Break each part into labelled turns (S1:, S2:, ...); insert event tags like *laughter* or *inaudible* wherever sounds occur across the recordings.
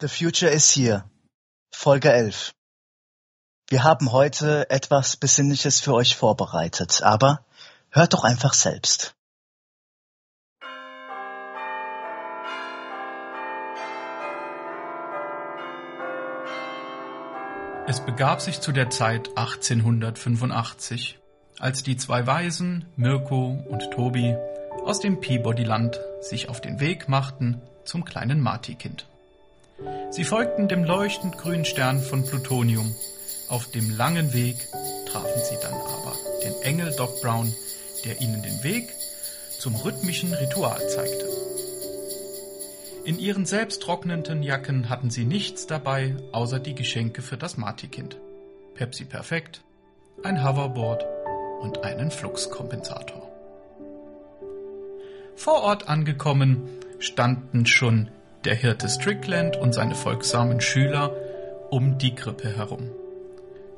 S1: The Future is Here, Folge 11. Wir haben heute etwas Besinnliches für euch vorbereitet, aber hört doch einfach selbst.
S2: Es begab sich zu der Zeit 1885, als die zwei Waisen, Mirko und Tobi, aus dem Peabody-Land sich auf den Weg machten zum kleinen Marti-Kind. Sie folgten dem leuchtend grünen Stern von Plutonium. Auf dem langen Weg trafen sie dann aber den Engel Doc Brown, der ihnen den Weg zum rhythmischen Ritual zeigte. In ihren selbst trocknenden Jacken hatten sie nichts dabei, außer die Geschenke für das Martikind. Pepsi Perfekt, ein Hoverboard und einen Fluxkompensator. Vor Ort angekommen, standen schon der Hirte Strickland und seine folgsamen Schüler um die Krippe herum.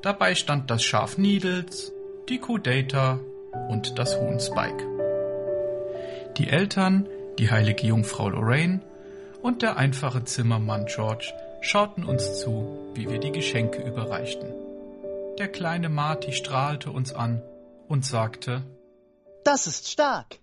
S2: Dabei stand das Schaf Needles, die Kuh Data und das Huhn Spike. Die Eltern, die heilige Jungfrau Lorraine und der einfache Zimmermann George schauten uns zu, wie wir die Geschenke überreichten. Der kleine Marty strahlte uns an und sagte,
S1: Das ist stark!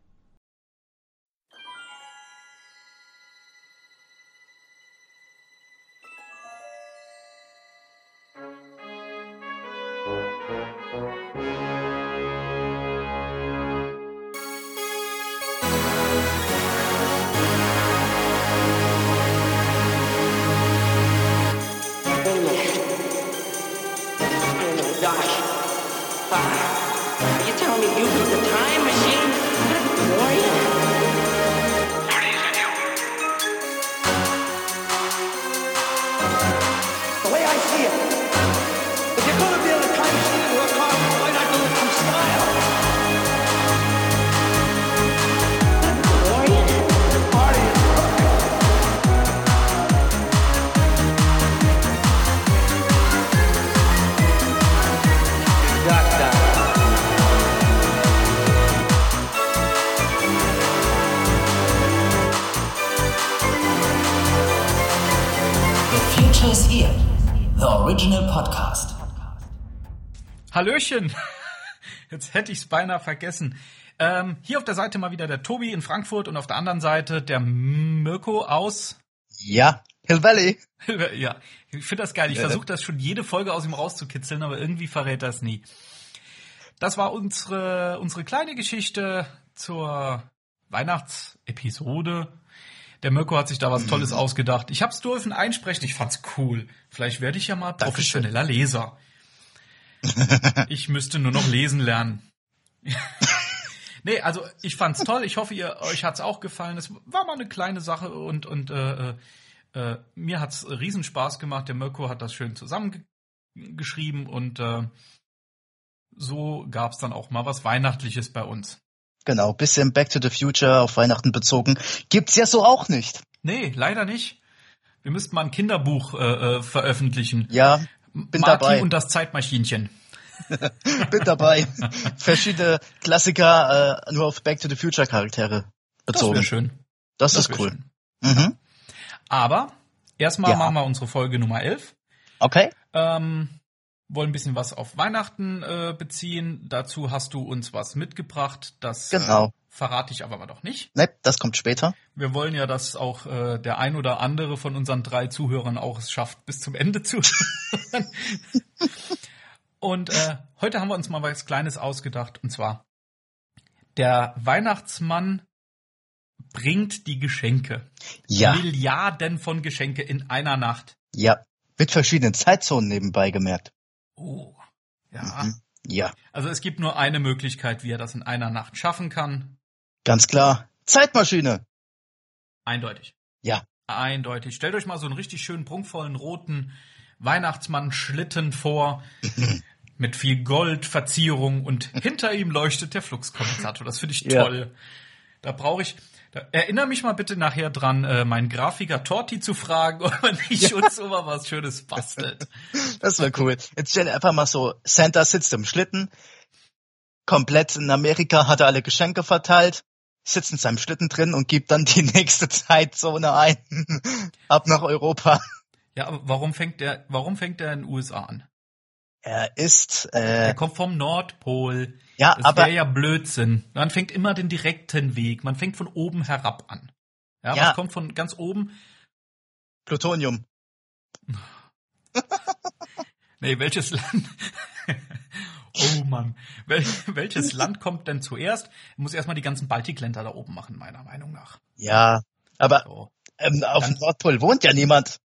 S3: You tell me you need the time machine? Good lord.
S4: The way I see it, if you're gonna build a time machine to work hard, why not do it through style? The party is perfect.
S5: The Future is Here, the original podcast.
S2: Hallöchen! *laughs* Jetzt hätte ich's beinahe vergessen. Ähm, hier auf der Seite mal wieder der Tobi in Frankfurt und auf der anderen Seite der Mirko aus
S1: Ja, Hill Valley!
S2: *laughs* ja, ich finde das geil. Ich versuche das schon jede Folge aus ihm rauszukitzeln, aber irgendwie verrät das nie. Das war unsere, unsere kleine Geschichte zur Weihnachtsepisode. Der Mirko hat sich da was Tolles ausgedacht. Ich hab's dürfen einsprechen. Ich fand's cool. Vielleicht werde ich ja mal
S1: Dankeschön.
S2: professioneller Leser. ich müsste nur noch lesen lernen. Nee, also ich fand's toll. Ich hoffe, ihr euch hat's auch gefallen. Es war mal eine kleine Sache und und äh, äh, äh, mir hat's riesen Spaß gemacht. Der Mirko hat das schön zusammengeschrieben und äh, so gab's dann auch mal was Weihnachtliches bei uns.
S1: Genau, bisschen Back to the Future auf Weihnachten bezogen. Gibt's ja so auch nicht.
S2: Nee, leider nicht. Wir müssten mal ein Kinderbuch äh, äh, veröffentlichen.
S1: Ja, bin
S2: Marty
S1: dabei.
S2: und das Zeitmaschinchen.
S1: bin *laughs* dabei. Verschiedene Klassiker äh, nur auf Back to the Future Charaktere
S2: Das wäre
S1: bezogen.
S2: schön.
S1: Das, ist
S2: wär
S1: cool.
S2: schön.
S1: Mhm.
S2: Aber erstmal
S1: Ja.
S2: machen wir unsere Folge Nummer 11.
S1: Okay.
S2: Ähm, wollen ein bisschen was auf Weihnachten äh, beziehen. Dazu hast du uns was mitgebracht. Das äh,
S1: Genau.
S2: verrate ich aber mal doch nicht.
S1: Ne, das kommt später.
S2: Wir wollen ja, dass auch äh, der ein oder andere von unseren drei Zuhörern auch es schafft, bis zum Ende zu hören.
S1: *laughs*
S2: Und äh, heute haben wir uns mal was Kleines ausgedacht. Und zwar, der Weihnachtsmann bringt die Geschenke.
S1: Ja,
S2: Milliarden von Geschenke in einer Nacht.
S1: ja. Mit verschiedenen Zeitzonen nebenbei gemerkt.
S2: Oh, ja.
S1: Mhm. Ja,
S2: Also es gibt nur eine Möglichkeit, wie er das in einer Nacht schaffen kann.
S1: ganz klar. Zeitmaschine.
S2: Eindeutig.
S1: Ja.
S2: Eindeutig. Stellt euch mal so einen richtig schönen, prunkvollen, roten
S1: *laughs*
S2: Weihnachtsmann-Schlitten vor. mit viel Gold, Verzierung und hinter ihm leuchtet der Fluxkompensator. Das finde ich
S1: Ja.
S2: toll. Da brauche ich. Da, erinnere mich mal bitte nachher dran, äh, meinen Grafiker Torti zu fragen, *laughs* ob er nicht uns immer was
S1: *laughs*
S2: Schönes bastelt.
S1: Das wäre cool. Jetzt stell dir einfach mal so, Santa sitzt im Schlitten. Komplett in Amerika hat er alle Geschenke verteilt. Sitzt in *laughs* seinem Schlitten drin und gibt dann die nächste Zeitzone ein. Ab nach Europa.
S2: Ja, aber warum fängt der, warum fängt der in den USA an?
S1: Er ist,
S2: Der
S1: äh,
S2: kommt vom Nordpol.
S1: ja,
S2: Das
S1: aber
S2: wäre ja Blödsinn. Man fängt immer den direkten Weg. Man fängt von oben herab an. Ja,
S1: Ja.
S2: was kommt von ganz oben?
S1: Plutonium.
S2: Nee, welches Land? *laughs* oh Mann. Wel
S1: *laughs*
S2: welches Land kommt denn zuerst? Muss erstmal die ganzen Baltikländer da oben machen, meiner Meinung nach.
S1: Ja, aber
S2: So.
S1: ähm, auf
S2: Dann-
S1: dem Nordpol wohnt ja niemand.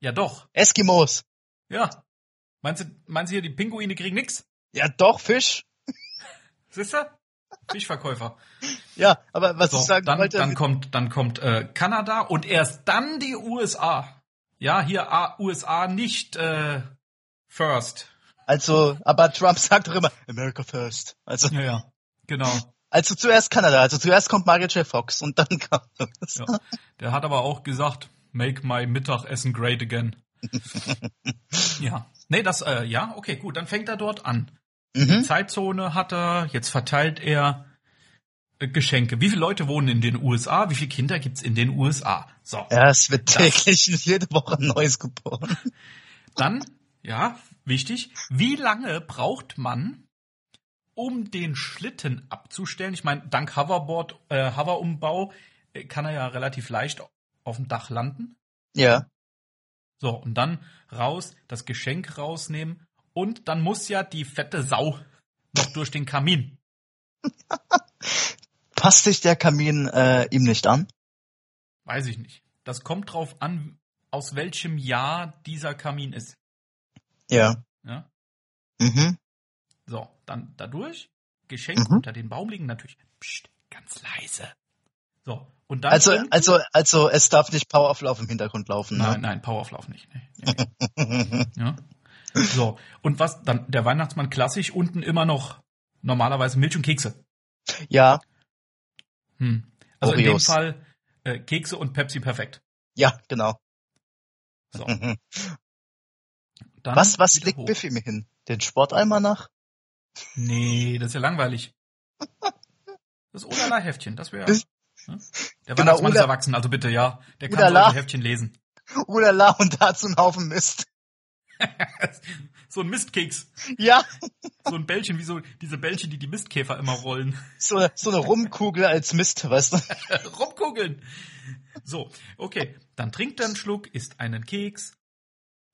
S2: Ja, doch.
S1: Eskimos.
S2: Ja. Meinst du, meinst du hier, die Pinguine kriegen nix?
S1: Ja, doch, Fisch.
S2: Siehst du?
S1: *laughs*
S2: Fischverkäufer.
S1: Ja, aber was ich
S2: So,
S1: sagen
S2: dann,
S1: wollte,
S2: dann kommt, dann kommt äh, Kanada und erst dann die USA. Ja, hier A USA nicht äh, first.
S1: also, aber Trump sagt doch immer, America first. Also,
S2: Ja, ja. Genau.
S1: also zuerst Kanada, also zuerst kommt Margaret J. Fox und dann kommt
S2: Ja.
S1: *laughs*
S2: Der hat aber auch gesagt, make my Mittagessen
S1: *laughs*
S2: great again. ja. Nee, das, äh, ja, okay, gut, dann fängt er dort an.
S1: Mhm.
S2: Zeitzone hat er, jetzt verteilt er äh, Geschenke. Wie viele Leute wohnen in den USA? Wie viele Kinder gibt's in den USA? So.
S1: Ja, es wird
S2: Das-
S1: täglich *laughs* jede Woche ein neues geboren.
S2: Dann, ja, wichtig, wie lange braucht man, um den Schlitten abzustellen? Ich meine, dank Hoverboard, äh, Hoverumbau äh, kann er ja relativ leicht auf dem Dach landen.
S1: Ja.
S2: So, und dann raus, das Geschenk rausnehmen und dann muss ja die fette Sau noch durch den Kamin.
S1: Passt sich der Kamin äh, ihm nicht an?
S2: Weiß ich nicht. Das kommt drauf an, aus welchem Jahr dieser Kamin ist.
S1: Ja.
S2: Ja?
S1: Mhm.
S2: So, dann dadurch, Geschenk
S1: Mhm.
S2: unter den Baum legen, natürlich pst, ganz leise. So, und dann.
S1: Also,
S2: unten-
S1: also, also, es darf nicht Powerflauf im Hintergrund laufen.
S2: Nein,
S1: Ne?
S2: nein, Powerflauf nicht. Nee, nee, nee. ja. So, und was dann, der Weihnachtsmann klassisch unten immer noch normalerweise Milch und Kekse.
S1: *laughs* Ja,
S2: Hm. Also in dem
S1: Oreos.
S2: Fall äh, Kekse und Pepsi perfekt.
S1: ja, genau. *laughs*
S2: So,
S1: Mhm.
S2: dann
S1: Was, was
S2: wieder
S1: legt
S2: hoch.
S1: Biffy mir hin? Den Sporteimer nach?
S2: Nee, das ist ja langweilig. Das Olala-Heftchen, das wäre.
S1: Das-
S2: Ne? Der
S1: Genau,
S2: Weihnachtsmann ist
S1: Ola-
S2: erwachsen, also bitte, ja. Der kann
S1: Olala.
S2: solche Heftchen lesen. *laughs*
S1: Ulala und dazu einen Haufen Mist.
S2: so ein Mistkeks.
S1: Ja,
S2: So ein Bällchen, wie so diese Bällchen, die die Mistkäfer immer rollen. *laughs*
S1: so, so eine Rumkugel als Mist, weißt du?
S2: Rumkugeln. So, okay. Dann trinkt er einen Schluck, isst einen Keks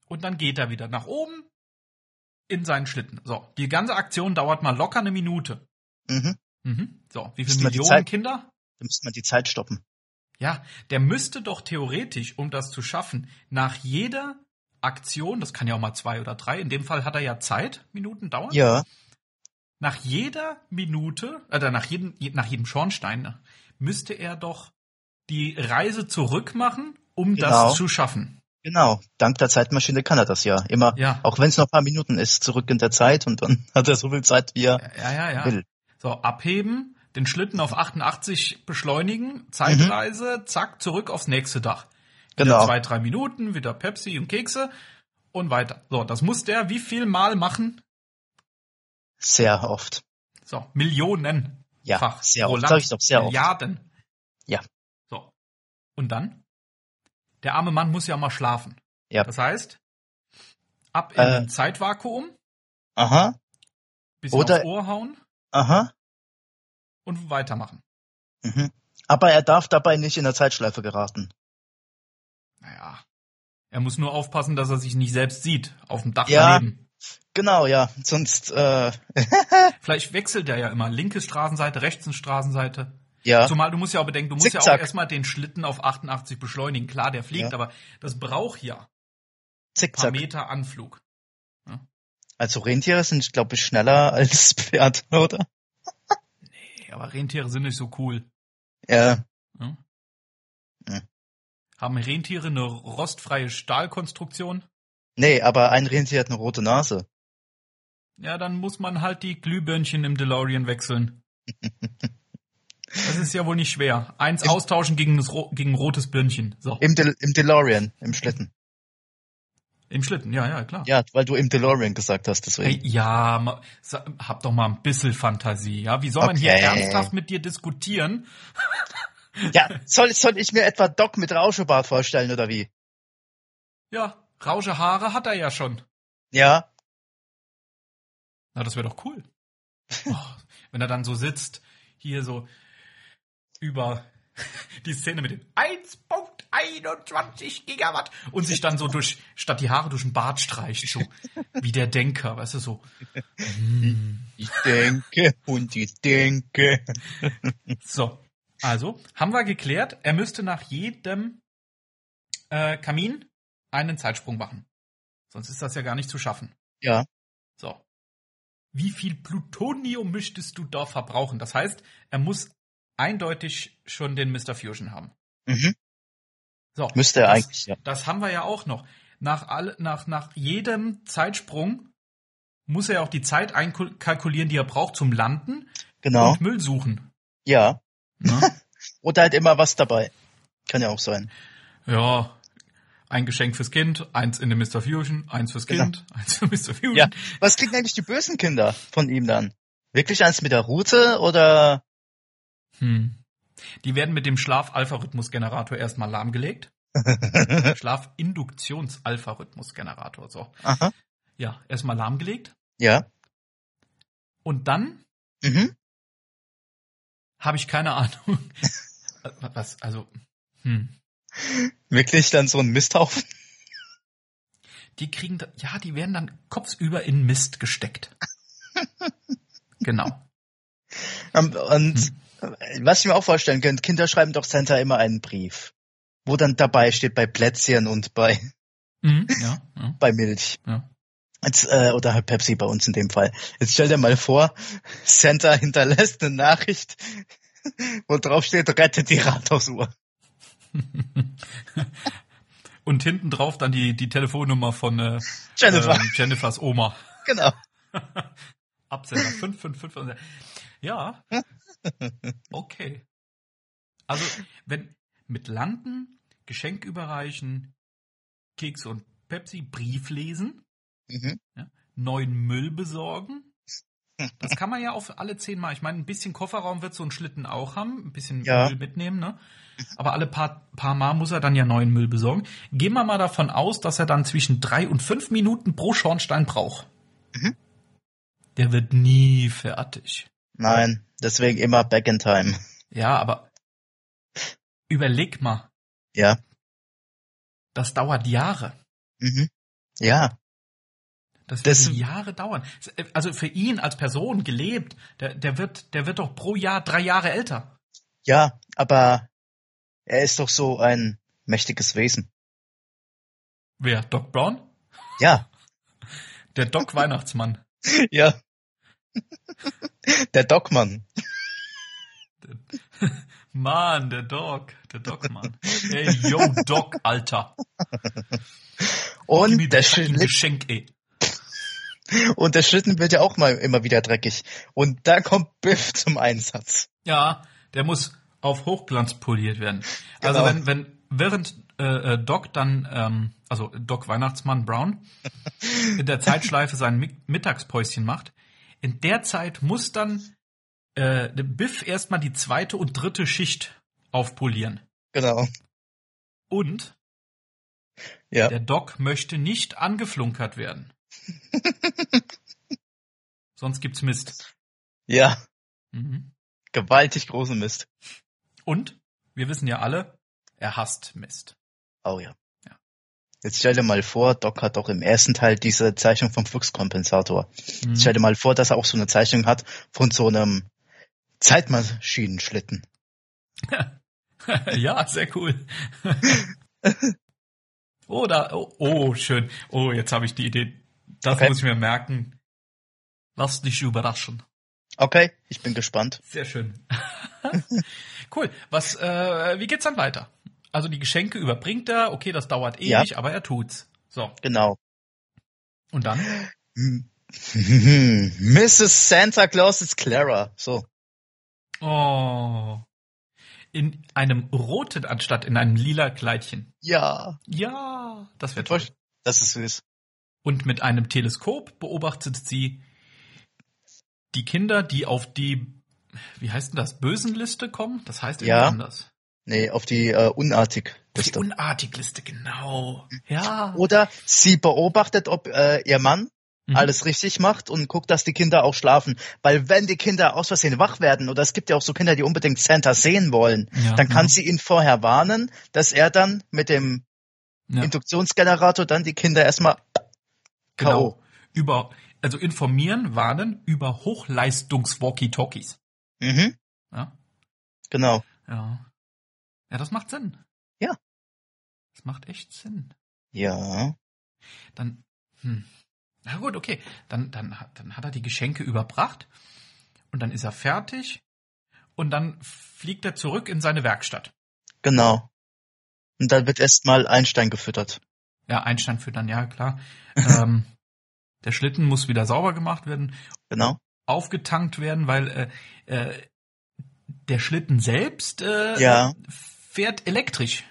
S2: und dann geht er wieder nach oben in seinen Schlitten. So, die ganze Aktion dauert mal locker eine Minute.
S1: Mhm.
S2: Mhm. So, wie
S1: Müssen
S2: viele
S1: wir die
S2: Millionen
S1: Zeit-
S2: Kinder?
S1: Da müsste man die Zeit stoppen.
S2: Ja, der müsste doch theoretisch, um das zu schaffen, nach jeder Aktion, das kann ja auch mal zwei oder drei, in dem Fall hat er ja Zeit, Minuten dauern,
S1: Ja,
S2: nach jeder Minute, oder nach jedem, je- nach jedem Schornstein, ne, müsste er doch die Reise zurück machen, um
S1: Genau.
S2: das zu schaffen.
S1: genau. Dank der Zeitmaschine kann er das ja. Immer,
S2: Ja.
S1: auch wenn es noch ein paar Minuten ist, zurück in der Zeit und dann *laughs* hat er so viel Zeit, wie er
S2: Ja, ja, ja.
S1: will.
S2: So, abheben, den Schlitten auf 88 beschleunigen, Zeitreise, zack, zurück aufs nächste Dach. Wieder
S1: Mhm. Genau.
S2: zwei, drei Minuten, wieder Pepsi und Kekse und weiter. So, das muss der wie viel Mal machen?
S1: Sehr oft.
S2: So, Millionen.
S1: Ja,
S2: Fach
S1: sehr
S2: pro
S1: oft.
S2: Land.
S1: Sag ich doch, sehr oft.
S2: Milliarden.
S1: Ja.
S2: So. Und dann? Der arme Mann muss ja mal schlafen.
S1: Ja.
S2: Das heißt, ab in
S1: Äh.
S2: ein Zeitvakuum,
S1: Aha,
S2: bisschen
S1: Oder-
S2: aufs Ohr hauen
S1: aha.
S2: und weitermachen.
S1: Mhm. Aber er darf dabei nicht in der Zeitschleife geraten.
S2: Naja. Er muss nur aufpassen, dass er sich nicht selbst sieht, auf dem Dach
S1: Ja.
S2: daneben.
S1: Genau, ja. Sonst, äh,
S2: Vielleicht wechselt er ja immer linke Straßenseite, rechts Straßenseite.
S1: ja.
S2: Zumal du musst ja auch bedenken, du musst ja auch
S1: Zickzack.
S2: erstmal den Schlitten auf 88 beschleunigen. Klar, der fliegt,
S1: Ja.
S2: aber das braucht ja ein paar
S1: Zickzack.
S2: Meter Anflug.
S1: Also Rentiere sind, glaube ich, schneller *laughs* als Pferde, oder?
S2: Ja, aber Rentiere sind nicht so cool.
S1: Ja.
S2: Ja.
S1: Ja.
S2: Haben Rentiere eine rostfreie Stahlkonstruktion?
S1: Nee, aber ein Rentier hat eine rote Nase.
S2: Ja, dann muss man halt die Glühbirnchen im DeLorean wechseln. Das ist ja wohl nicht schwer. Eins austauschen gegen, das ro gegen ein rotes Birnchen. So.
S1: Im, De Im DeLorean, im Schlitten.
S2: Im Schlitten, ja, ja, klar.
S1: Ja, weil du im DeLorean gesagt hast,
S2: Hey,
S1: deswegen.
S2: ja, ma- sa- hab doch mal ein bisschen Fantasie, ja? Wie soll man hier
S1: Okay.
S2: ernsthaft mit dir diskutieren?
S1: Ja, soll, soll ich mir etwa Doc mit Rauschebart vorstellen, oder wie?
S2: Ja, rausche Haare hat er ja schon.
S1: Ja,
S2: Na, das wäre doch cool. Oh, wenn er dann so sitzt, hier so über die Szene mit den 1.21 Gigawatt und sich dann so durch, statt die Haare durch den Bart streicht, so wie der Denker, weißt du, so.
S1: ich denke und ich denke.
S2: So, also haben wir geklärt, er müsste nach jedem äh, Kamin einen Zeitsprung machen. Sonst ist das ja gar nicht zu schaffen.
S1: Ja,
S2: So. Wie viel Plutonium möchtest du da verbrauchen? Das heißt, er muss eindeutig schon den Mr. Fusion haben.
S1: mhm.
S2: So.
S1: müsste er
S2: das,
S1: eigentlich, ja.
S2: Das haben wir ja auch noch. Nach, all, nach, nach jedem Zeitsprung muss er ja auch die Zeit einkalkulieren, die er braucht zum Landen
S1: Genau,
S2: und Müll suchen.
S1: ja.
S2: Ne?
S1: Oder halt immer was dabei. Kann ja auch sein.
S2: Ja, ein Geschenk fürs Kind, eins in den Mr. Fusion, eins fürs
S1: Genau.
S2: Kind, *laughs* eins für Mr. Fusion.
S1: Ja. Was kriegen eigentlich die bösen Kinder von ihm dann? Wirklich eins mit der Route oder?
S2: Hm. Die werden mit dem Schlaf-Alpha-Rhythmus-Generator erstmal
S1: *laughs*
S2: lahmgelegt. Schlafinduktions-Alpha-Rhythmus-Generator, so.
S1: Aha,
S2: Ja, erstmal lahmgelegt.
S1: ja.
S2: Und dann
S1: Mhm.
S2: habe ich keine Ahnung. *laughs* Was, also, hm.
S1: Wirklich dann so ein Misthaufen?
S2: Die kriegen, da, ja, die werden dann kopfüber in
S1: *laughs*
S2: Mist gesteckt. genau.
S1: Ähm, Und äh, was ich mir auch vorstellen könnte, Kinder schreiben doch Santa immer einen Brief, wo dann dabei steht bei Plätzchen und bei,
S2: Mhm, ja, ja,
S1: bei Milch.
S2: ja.
S1: Jetzt, äh, oder halt Pepsi bei uns in dem Fall. Jetzt stell dir mal vor, Santa hinterlässt eine Nachricht, wo drauf steht, rette die Rathausuhr.
S2: Und hinten drauf dann die, die Telefonnummer von äh,
S1: Jennifer.
S2: ähm, Jennifers Oma.
S1: Genau.
S2: Absender 555. Ja. Okay. Also, wenn mit Landen, Geschenk überreichen, Kekse und Pepsi, Brief lesen,
S1: Mhm.
S2: neuen
S1: *laughs*
S2: Müll besorgen. Das kann man ja auf alle zehn Mal. Ich meine, ein bisschen Kofferraum wird so ein Schlitten auch haben, ein bisschen
S1: Ja.
S2: Müll mitnehmen, ne? Aber alle paar, paar Mal muss er dann ja neuen Müll besorgen. Gehen wir mal davon aus, dass er dann zwischen drei und fünf Minuten pro Schornstein braucht.
S1: Mhm.
S2: Der wird nie fertig.
S1: Nein, deswegen immer back in time.
S2: Ja, aber überleg mal,
S1: Ja.
S2: das dauert Jahre.
S1: Mhm. Ja.
S2: Das wird
S1: Das-
S2: Jahre dauern. Also für ihn als Person gelebt, der, der wird, der wird doch pro Jahr drei Jahre älter.
S1: Ja, aber er ist doch so ein mächtiges Wesen.
S2: Wer? Doc Brown?
S1: Ja. *laughs*
S2: Der Doc Weihnachtsmann.
S1: Ja. Der Dogmann.
S2: Mann, der Doc.
S1: *laughs*
S2: Der Doc-Mann. Ey, yo, Doc, Alter. Gib mir
S1: Und der
S2: das fucking
S1: Schlitten,
S2: Geschenk, ey.
S1: und der Schlitten wird ja auch mal immer wieder dreckig. Und da kommt Biff zum Einsatz.
S2: Ja, der muss auf Hochglanz poliert werden. Also
S1: Genau.
S2: wenn, wenn während äh, äh, Doc dann, ähm, also Doc
S1: *laughs*
S2: Weihnachtsmann Brown, in der Zeitschleife sein Mi Mittagspäuschen macht, in der Zeit muss dann äh, der Biff erstmal die zweite und dritte Schicht aufpolieren.
S1: Genau.
S2: Und
S1: Ja.
S2: der Doc möchte nicht
S1: *laughs*
S2: angeflunkert werden. Sonst gibt's Mist.
S1: Ja. *laughs*
S2: Mhm.
S1: Gewaltig großen Mist.
S2: Und wir wissen ja alle, er hasst Mist.
S1: Oh ja.
S2: Ja.
S1: Jetzt stell dir mal vor, Doc hat doch im ersten Teil diese Zeichnung vom Fuchskompensator.
S2: Mhm.
S1: Jetzt stell *laughs* dir mal vor, dass er auch so eine Zeichnung hat von so einem Zeitmaschinenschlitten.
S2: ja, sehr
S1: *laughs*
S2: cool. oh, da, oh, oh, schön. Oh, jetzt habe ich die Idee. Das
S1: Okay.
S2: muss ich mir merken. Lass dich überraschen.
S1: Okay, ich bin gespannt.
S2: Sehr schön.
S1: *laughs*
S2: cool. Was, äh, wie geht's dann weiter? Also die Geschenke überbringt er. Okay, das dauert
S1: Ja.
S2: ewig, aber er tut's. So.
S1: Genau. *laughs*
S2: Und dann?
S1: Hm. Mrs. Santa Claus ist Clara. So.
S2: Oh. In einem roten anstatt in einem lila Kleidchen.
S1: Ja.
S2: Ja, das wäre toll.
S1: Das ist süß.
S2: Und mit einem Teleskop beobachtet sie die Kinder, die auf die, wie heißt denn das, Bösenliste kommen? Das heißt irgendwie
S1: Ja.
S2: anders.
S1: Nee, auf die äh, unartig
S2: Die
S1: Unartigliste.
S2: Unartigliste, genau. Ja.
S1: Oder sie beobachtet, ob äh, ihr Mann
S2: Mhm.
S1: alles richtig macht und guckt, dass die Kinder auch schlafen. Weil wenn die Kinder aus Versehen wach werden, oder es gibt ja auch so Kinder, die unbedingt Santa sehen wollen,
S2: Ja,
S1: dann kann
S2: ja.
S1: sie ihn vorher warnen, dass er dann mit dem
S2: Ja.
S1: Induktionsgenerator dann die Kinder erstmal
S2: Genau. Über, also informieren, warnen über Hochleistungs-Walkie-Talkies.
S1: Mhm,
S2: Ja?
S1: genau.
S2: ja. Ja, das macht Sinn.
S1: Ja.
S2: Das macht echt Sinn.
S1: Ja.
S2: Dann, hm. Na gut, okay. Dann, dann, hat- dann hat er die Geschenke überbracht. Und dann ist er fertig. Und dann fliegt er zurück in seine Werkstatt.
S1: Genau. Und dann wird erstmal Einstein gefüttert.
S2: Ja, Einstein führt dann,
S1: *laughs*
S2: ja, klar. ähm, der Schlitten muss wieder sauber gemacht werden.
S1: Genau.
S2: aufgetankt werden, weil äh, äh, der Schlitten selbst äh,
S1: Ja.
S2: fährt elektrisch.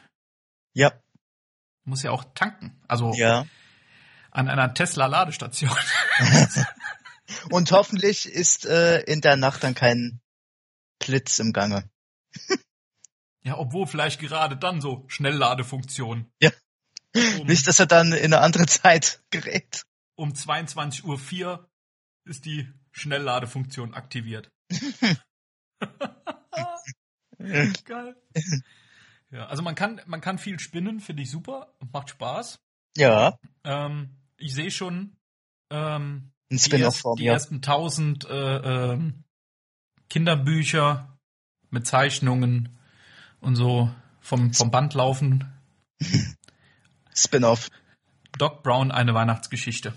S1: Ja,
S2: Muss ja auch tanken. Also
S1: ja.
S2: an einer Tesla-Ladestation. *laughs*
S1: Und hoffentlich ist äh, in der Nacht dann kein Blitz im Gange.
S2: ja, obwohl vielleicht gerade dann so Schnellladefunktion.
S1: Ja.
S2: Um,
S1: Nicht, dass er dann in eine andere *laughs* Zeit gerät.
S2: um 22.04 Uhr ist die Schnellladefunktion aktiviert. *laughs* Geil. Ja, also man kann, man kann viel spinnen, finde ich super. Macht Spaß.
S1: Ja,
S2: Ähm, ich sehe schon ähm,
S1: ein
S2: die,
S1: Spin-off
S2: erst,
S1: von
S2: die
S1: ja.
S2: ersten tausend äh, ähm, Kinderbücher mit Zeichnungen und so vom, vom Band laufen.
S1: Spin-off. *laughs*
S2: Doc Brown, eine Weihnachtsgeschichte.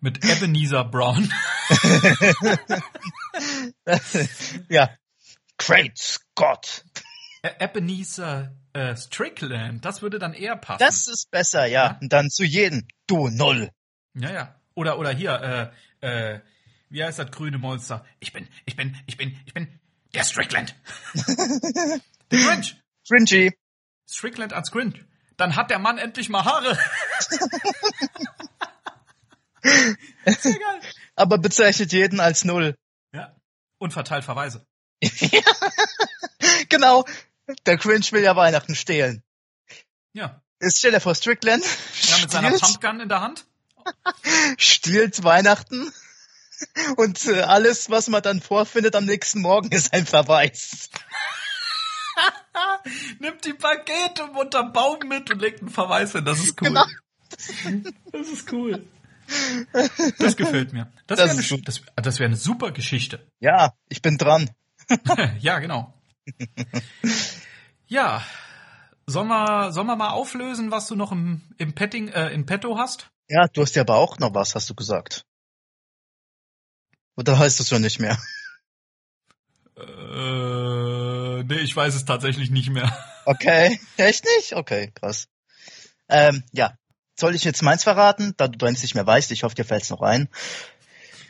S2: mit Ebenezer Brown.
S1: ja. Great Scott.
S2: Ä- E- Ebenezer äh, Strickland, das würde dann eher passen.
S1: Das ist besser, ja. Und dann zu jedem. Du Null.
S2: Ja, ja. Oder, oder hier, äh, äh, wie heißt das grüne Monster? Ich bin, ich bin, ich bin, ich bin der Strickland. der Grinch.
S1: Fringy.
S2: Strickland als Grinch. Dann hat der Mann endlich mal Haare. Sehr geil.
S1: Aber bezeichnet jeden als Null.
S2: Ja. Und verteilt Verweise.
S1: Genau. Der Cringe will ja Weihnachten stehlen.
S2: Ja.
S1: Ist stell dir vor Strickland.
S2: Ja, mit seiner
S1: stiehlt-
S2: Pumpgun in der Hand.
S1: stiehlt Weihnachten *laughs* und äh, alles, was man dann vorfindet am nächsten Morgen, ist ein Verweis.
S2: Nimmt die Pakete unterm Baum mit und legt einen Verweis hin. Das ist cool. Das ist cool. Das gefällt mir.
S1: Das
S2: Das, wäre eine,
S1: ist
S2: Sch-
S1: gut.
S2: das, ah, das wäre eine super Geschichte. *laughs*
S1: Ja, ich bin dran.
S2: ja, genau. ja, sollen wir, sollen wir mal auflösen, was du noch im, im Petting, äh, in Petto hast?
S1: Ja, du hast ja aber auch noch was, hast du gesagt. Oder heißt es schon nicht mehr? *laughs*
S2: Äh, nee, ich weiß es tatsächlich nicht mehr.
S1: Okay, echt nicht? Okay, krass. Ähm, ja, soll ich jetzt meins verraten, da du deins nicht mehr weißt? Ich hoffe, dir fällt's noch ein.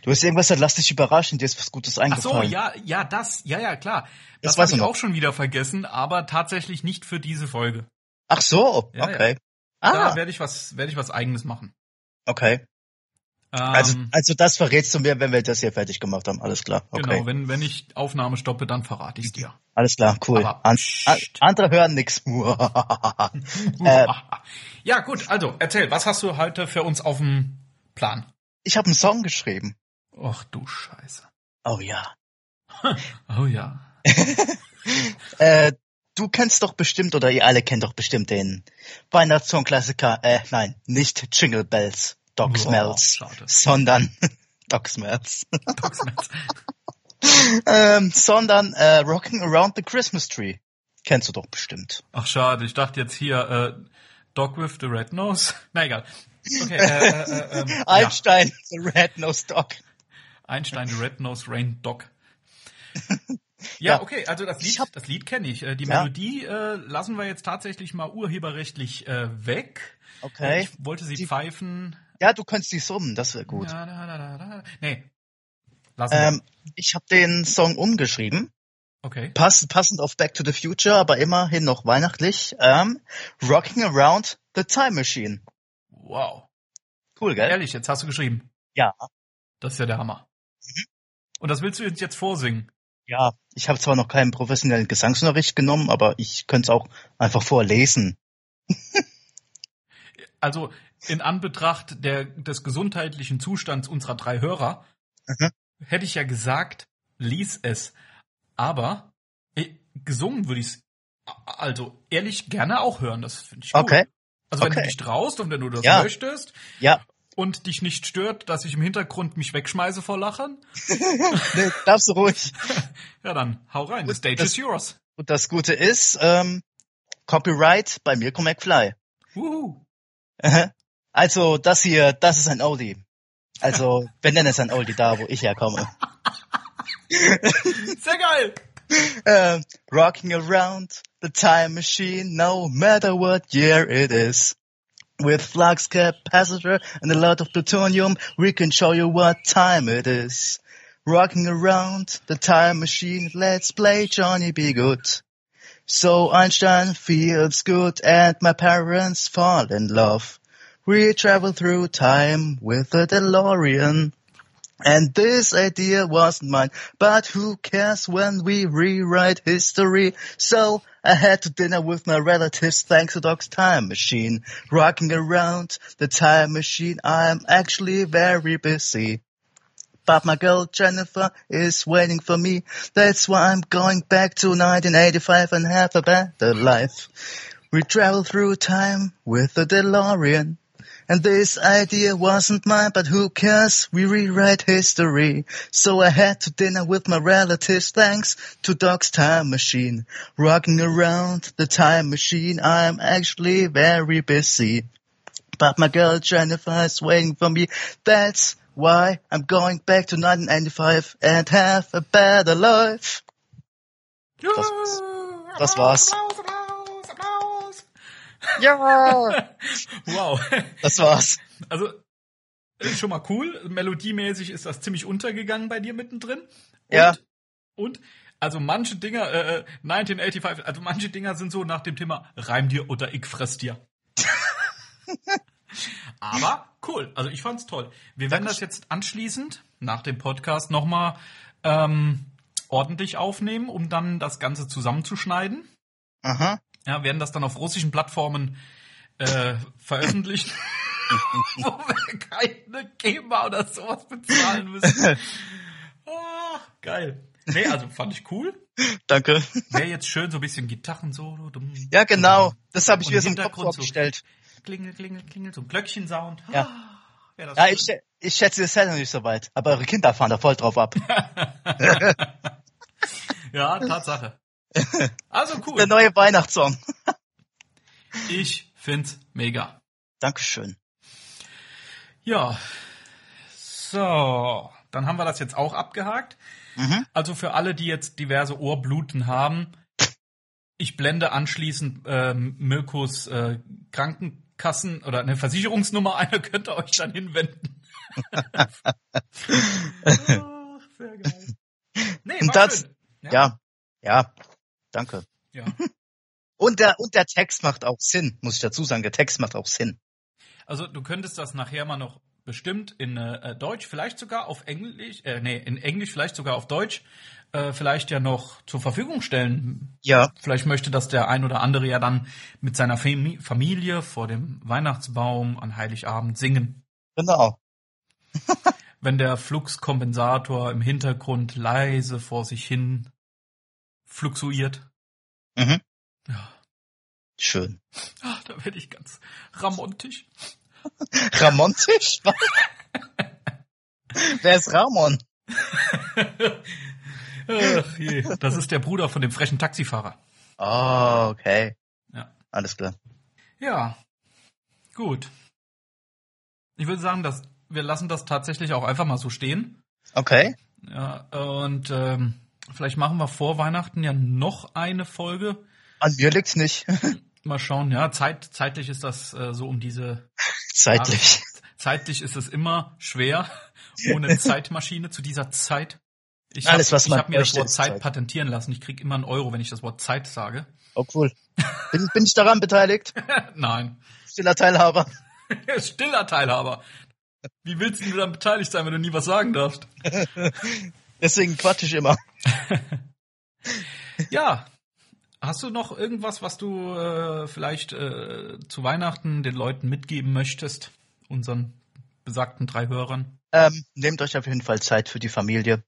S1: Du hast irgendwas, dann lass dich überraschen, dir ist was Gutes
S2: Ach
S1: eingefallen.
S2: so, ja, ja, das, ja, ja, klar.
S1: Das
S2: Das,
S1: weiß
S2: habe ich
S1: man
S2: auch schon wieder vergessen, aber tatsächlich nicht für diese Folge.
S1: Ach so,
S2: Ja, ja.
S1: okay.
S2: Da
S1: Ah,
S2: werde ich was, werde ich was eigenes machen.
S1: okay.
S2: Ähm,
S1: Also, also das verrätst du mir, wenn wir das hier fertig gemacht haben. Alles klar. also, Okay.
S2: Genau, wenn, wenn ich Aufnahme stoppe, dann verrate ich dir.
S1: Alles klar, cool.
S2: Aber
S1: An, an,
S2: psst.
S1: andere hören nix. *laughs* Äh.
S2: ja, gut, also erzähl, was hast du heute für uns auf dem Plan?
S1: ich habe einen Song geschrieben.
S2: Ach du Scheiße.
S1: Oh ja.
S2: Oh ja.
S1: Äh, du kennst doch bestimmt, oder ihr alle kennt doch bestimmt den Weihnachtssong-Klassiker. Äh, nein, nicht Jingle Bells, Doc
S2: Boah,
S1: Smells,
S2: schade.
S1: sondern *laughs* Doc Smells,
S2: Dogsmans.
S1: *laughs* ähm, sondern äh, Rocking Around the Christmas Tree. Kennst du doch bestimmt.
S2: Ach schade, ich dachte jetzt hier äh, Dog with the Red Nose. *laughs* Na egal. Okay, äh, äh,
S1: *laughs*
S2: äh, ähm, ja.
S1: Einstein, the Red-Nosed Dog.
S2: Einstein the Red Nose Rain
S1: *laughs*
S2: Dog.
S1: Ja.
S2: Ja, okay, also das Lied,
S1: Ich hab-
S2: das Lied kenne ich. Äh, Die
S1: Ja.
S2: Melodie äh, lassen wir jetzt tatsächlich mal urheberrechtlich äh, weg.
S1: Okay.
S2: Äh, Ich wollte sie
S1: Die-
S2: pfeifen.
S1: Ja, du kannst die summen, das wäre gut.
S2: Da, da, da, da, da. Nee. Lassen wir.
S1: Ähm, ich habe den Song umgeschrieben.
S2: Okay.
S1: passend, passend auf Back to the Future, aber immerhin noch weihnachtlich. Ähm, Rocking Around the Time Machine.
S2: Wow.
S1: Cool, gell?
S2: Ehrlich, jetzt hast du geschrieben.
S1: Ja. Mhm.
S2: Das ist ja der Hammer. Und das willst du uns jetzt vorsingen.
S1: Ja, ich habe zwar noch keinen professionellen Gesangsunterricht genommen, aber ich könnte es auch einfach vorlesen.
S2: Also in Anbetracht der, des gesundheitlichen Zustands unserer drei Hörer,
S1: Mhm.
S2: hätte ich ja gesagt, lies es. Aber eh, gesungen würde ich es also ehrlich gerne auch hören. Das finde ich gut.
S1: Okay.
S2: Also wenn du
S1: Okay.
S2: dich traust und wenn du das
S1: Ja.
S2: möchtest
S1: Ja,
S2: und dich nicht stört, dass ich im Hintergrund mich wegschmeiße vor Lachen,
S1: nee, darfst du ruhig.
S2: ja dann hau rein. The stage
S1: Das-
S2: is yours.
S1: Und das Gute ist, ähm, Copyright bei Mirko McFly.
S2: Wuhu.
S1: Aha. Also das hier, das ist ein Oldie. Also wenn denn es ein Oldie da, wo ich herkomme.
S2: Sehr geil.
S1: Ähm, rocking around the time machine, no matter what year it is. With flux capacitor and a lot of plutonium, we can show you what time it is. Rocking around the time machine, let's play Johnny Be Good. So Einstein feels good and my parents fall in love. We travel through time with a DeLorean. And this idea wasn't mine, but who cares when we rewrite history? So I had to dinner with my relatives thanks to Doc's time machine. Rocking around the time machine, I'm actually very busy. But my girl Jennifer is waiting for me. That's why I'm going back to 1985 and have a better life. We travel through time with a DeLorean. And this idea wasn't mine, but who cares? We rewrite history. So I had to dinner with my relatives thanks to Doc's time machine. Rocking around the time machine, I'm actually very busy. But my girl Jennifer is waiting for me. That's why I'm going back to 1995 and have a better life. Das- das war's.
S2: Applaus, Applaus, Applaus.
S1: Ja!
S2: Wow.
S1: *laughs*
S2: *laughs*
S1: Das war's.
S2: Also ist schon mal cool. Melodiemäßig ist das ziemlich untergegangen bei dir mittendrin. Und,
S1: Ja.
S2: Und also manche Dinger, äh, äh, 1985, also manche Dinger sind so nach dem Thema Reim dir oder ich fress dir. Aber cool. Also ich fand's toll. Wir werden das jetzt anschließend nach dem Podcast nochmal ähm, ordentlich aufnehmen, um dann das Ganze zusammenzuschneiden.
S1: Aha.
S2: Ja, werden das dann auf russischen Plattformen äh, veröffentlichen,
S1: *laughs*
S2: wo wir keine GEMA oder sowas bezahlen
S1: *laughs*
S2: müssen. Ah, geil. Nee, also fand ich cool.
S1: Danke.
S2: Wäre jetzt schön, so ein bisschen Gitarrensolo. dumm,
S1: Ja, genau. Das habe ich
S2: Und
S1: mir
S2: im
S1: so im Kopf
S2: Hintergrund so-
S1: vorgestellt.
S2: Klingel, klingel, klingel, so ein Glöckchensound.
S1: Ja.
S2: Ah, wär das
S1: Ja,
S2: schön.
S1: ich, schä- ich schätze, ihr seid noch nicht so weit. Aber eure Kinder fahren da voll drauf ab. *laughs*
S2: ja, Tatsache. Also cool.
S1: Der neue Weihnachtssong.
S2: Ich find's mega.
S1: Dankeschön.
S2: Ja. So, dann haben wir das jetzt auch abgehakt.
S1: Mhm.
S2: Also für alle, die jetzt diverse Ohrbluten haben, ich blende anschließend ähm, Mirkos äh, Krankenkassen oder eine Versicherungsnummer ein, *laughs* da könnt ihr euch dann hinwenden.
S1: *laughs*
S2: *laughs* Ach, sehr geil. Nee,
S1: Und
S2: war
S1: das-
S2: schön.
S1: Ja. ja, danke.
S2: ja.
S1: Und der, und der Text macht auch Sinn, muss ich dazu sagen. Der Text macht auch Sinn.
S2: Also du könntest das nachher mal noch bestimmt in äh, Deutsch, vielleicht sogar auf Englisch, äh, nee, in Englisch, vielleicht sogar auf Deutsch, äh, vielleicht ja noch zur Verfügung stellen.
S1: Ja,
S2: Vielleicht möchte das der ein oder andere ja dann mit seiner Fam- Familie vor dem Weihnachtsbaum an Heiligabend singen.
S1: genau.
S2: Wenn der Fluxkompensator im Hintergrund leise vor sich hin fluxuiert.
S1: Schön.
S2: Ah, *laughs* da werde ich ganz ramontisch.
S1: *laughs* Ramontisch? Wer ist Ramon?
S2: Ach je. Das ist der Bruder von dem frechen Taxifahrer.
S1: Oh, okay.
S2: Ja.
S1: Alles klar.
S2: Ja, gut. Ich würde sagen, dass wir lassen das tatsächlich auch einfach mal so stehen.
S1: Okay.
S2: Ja, und ähm, vielleicht machen wir vor Weihnachten ja noch eine Folge.
S1: An mir liegt's nicht. *laughs*
S2: Mal schauen. Ja, zeit, zeitlich ist das äh, so um diese.
S1: Zeitlich.
S2: Zeitlich ist es immer schwer
S1: *laughs*
S2: ohne Zeitmaschine zu dieser Zeit. Ich
S1: Alles, was
S2: ich
S1: man
S2: hab mir das
S1: möchte,
S2: Wort
S1: ist
S2: Zeit,
S1: Zeit.
S2: patentieren lassen. Ich krieg immer einen Euro, wenn ich das Wort Zeit sage.
S1: Oh, cool. Bin, bin ich daran beteiligt?
S2: Nein. *laughs*
S1: Stiller Teilhaber.
S2: Stiller Teilhaber. Wie willst du dann beteiligt sein, wenn du nie was sagen darfst?
S1: Deswegen quatsch ich immer.
S2: Ja. Hast du noch irgendwas, was du äh, vielleicht äh, zu Weihnachten den Leuten mitgeben möchtest? Unseren besagten drei Hörern?
S1: Ähm, nehmt euch auf jeden Fall Zeit für die Familie.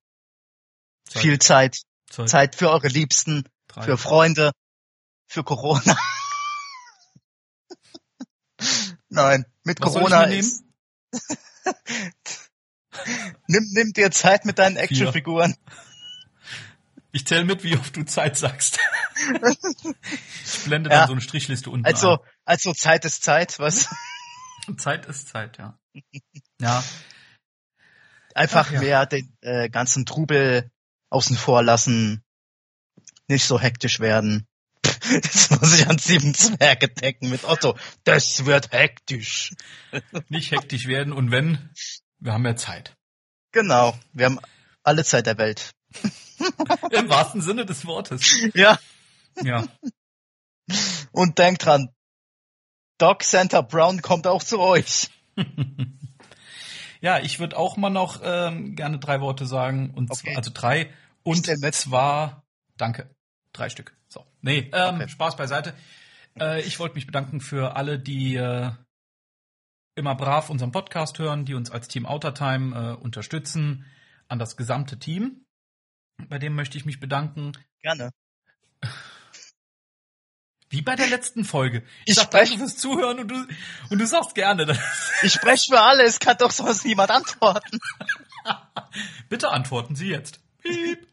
S2: Zeit.
S1: Viel Zeit.
S2: Zwei,
S1: Zeit für eure Liebsten,
S2: drei.
S1: für Freunde, für
S2: *laughs*
S1: Corona. Nein, mit
S2: Was
S1: Corona
S2: soll ich mir
S1: ist. *laughs*
S2: nehmen?
S1: Nimm, nimm dir Zeit mit deinen Actionfiguren.
S2: Ich zähle mit, wie oft du
S1: *laughs*
S2: Zeit sagst. ich blende dann
S1: Ja.
S2: so eine Strichliste unten
S1: Also, also Zeit ist Zeit, was?
S2: ein. Zeit ist Zeit, ja. Ja,
S1: Einfach
S2: Ach ja.
S1: mehr den äh, ganzen Trubel außen vor lassen. Nicht so hektisch werden. *laughs* Das muss ich an sieben Zwerge denken mit Otto. Das wird hektisch.
S2: nicht hektisch werden und wenn, wir haben ja Zeit.
S1: Genau. Wir haben alle Zeit der Welt.
S2: Im wahrsten Sinne des Wortes.
S1: Ja.
S2: Ja,
S1: Und denkt dran. Doc Santa Brown kommt auch zu euch.
S2: ja ich würde auch mal noch ähm, gerne drei Worte sagen. Und
S1: Okay.
S2: zwar, also drei.
S1: Ich
S2: Und
S1: stell mit.
S2: zwar, danke, drei Stück. So, nee, ähm,
S1: Okay.
S2: Spaß beiseite. Äh, ich wollte mich bedanken für alle, die äh, immer brav unseren Podcast hören, die uns als Team Outer Time äh, unterstützen, an das gesamte Team. Bei dem möchte ich mich bedanken.
S1: Gerne.
S2: Wie bei der letzten Folge.
S1: Ich
S2: sag
S1: sprech-
S2: danke fürs Zuhören und du, und du sagst gerne. Das.
S1: Ich spreche für alle, es kann doch sonst niemand antworten.
S2: Bitte antworten Sie jetzt.
S1: *laughs*
S2: Piep.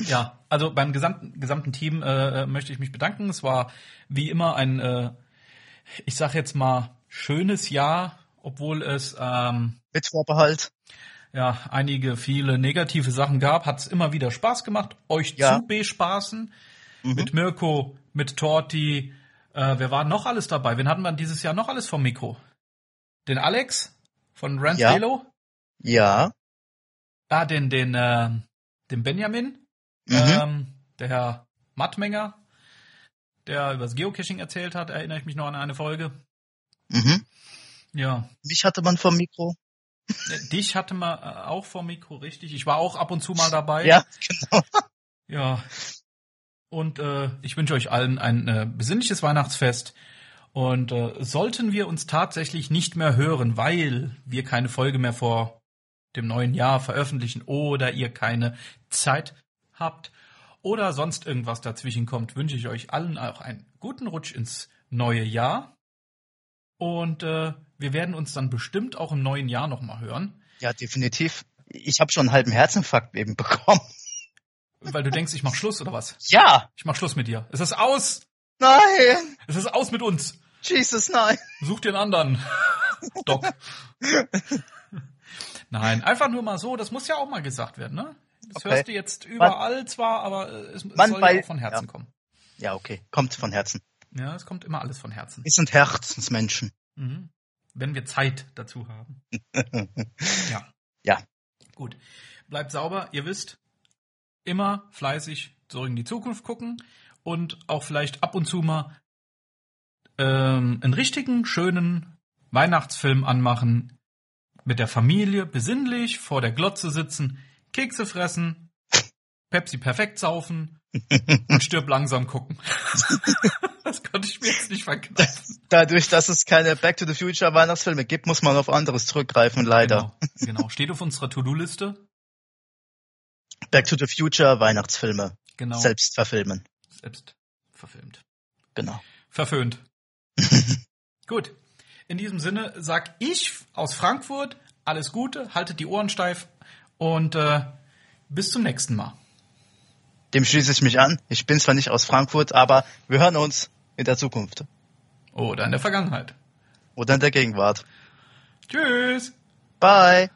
S2: ja, also beim gesamten, gesamten Team äh, äh, möchte ich mich bedanken. Es war wie immer ein, äh, ich sag jetzt mal, schönes Jahr, obwohl es ähm,
S1: Mit Vorbehalt.
S2: ja, einige, viele negative Sachen gab, hat's immer wieder Spaß gemacht, euch
S1: Ja. Mhm.
S2: zu bespaßen. Mit Mirko, mit Torti, äh, wer war noch alles dabei? Wen hatten wir dieses Jahr noch alles vom Mikro? Den Alex von Rand
S1: Ja.
S2: Velo?
S1: Ja.
S2: Ah, den, den, äh, den Benjamin,
S1: Mhm.
S2: ähm, der Herr Mattmenger, der über das Geocaching erzählt hat, erinnere ich mich noch an eine Folge.
S1: Mhm.
S2: Ja,
S1: Mich hatte man vom Mikro.
S2: äh, dich hatte man äh, auch vom Mikro, richtig. Ich war auch ab und zu mal dabei.
S1: Ja, genau.
S2: *laughs* Ja. Und äh, ich wünsche euch allen ein äh, besinnliches Weihnachtsfest. Und äh, sollten wir uns tatsächlich nicht mehr hören, weil wir keine Folge mehr vor dem neuen Jahr veröffentlichen oder ihr keine Zeit habt oder sonst irgendwas dazwischen kommt, wünsche ich euch allen auch einen guten Rutsch ins neue Jahr. Und äh, wir werden uns dann bestimmt auch im neuen Jahr nochmal hören,
S1: Ja, definitiv. Ich habe schon einen halben Herzinfarkt eben bekommen.
S2: weil du denkst, ich mach Schluss oder was?
S1: Ja.
S2: Ich mach Schluss mit dir. Es ist aus!
S1: Nein.
S2: Es ist aus mit uns!
S1: Jesus, nein.
S2: Such den anderen. *laughs* Doc. Nein, einfach nur mal so, das muss ja auch mal gesagt werden, ne? Das
S1: Okay.
S2: hörst du jetzt überall zwar, aber äh, es
S1: Man
S2: soll ja
S1: bei-
S2: auch von Herzen
S1: ja.
S2: kommen.
S1: Ja, okay. Kommt von Herzen.
S2: Ja, es kommt immer alles von Herzen.
S1: Wir sind Herzensmenschen.
S2: Mhm. Wenn wir Zeit dazu haben. ja.
S1: Ja.
S2: Gut. Bleibt sauber, ihr wisst, immer fleißig zurück in die Zukunft gucken und auch vielleicht ab und zu mal ähm, einen richtigen, schönen Weihnachtsfilm anmachen, mit der Familie besinnlich vor der Glotze sitzen, Kekse fressen, Pepsi perfekt saufen und stirb langsam gucken. *laughs* das konnte ich mir jetzt nicht verkneifen.
S1: Dadurch, dass es keine Back to the Future Weihnachtsfilme gibt, muss man auf anderes zurückgreifen, leider.
S2: Genau, genau. steht auf unserer To-Do-Liste.
S1: Back to the Future Weihnachtsfilme.
S2: Genau.
S1: Selbst verfilmen.
S2: Selbst verfilmt.
S1: Genau.
S2: Verföhnt. Gut. In diesem Sinne sag ich aus Frankfurt alles Gute, haltet die Ohren steif und äh, bis zum nächsten Mal.
S1: Dem schließe ich mich an. Ich bin zwar nicht aus Frankfurt, aber wir hören uns in der Zukunft
S2: Oder in der Vergangenheit.
S1: oder in der Gegenwart.
S2: Tschüss.
S1: Bye.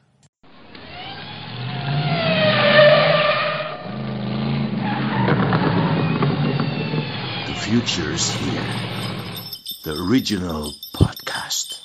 S6: The future's here. The original podcast.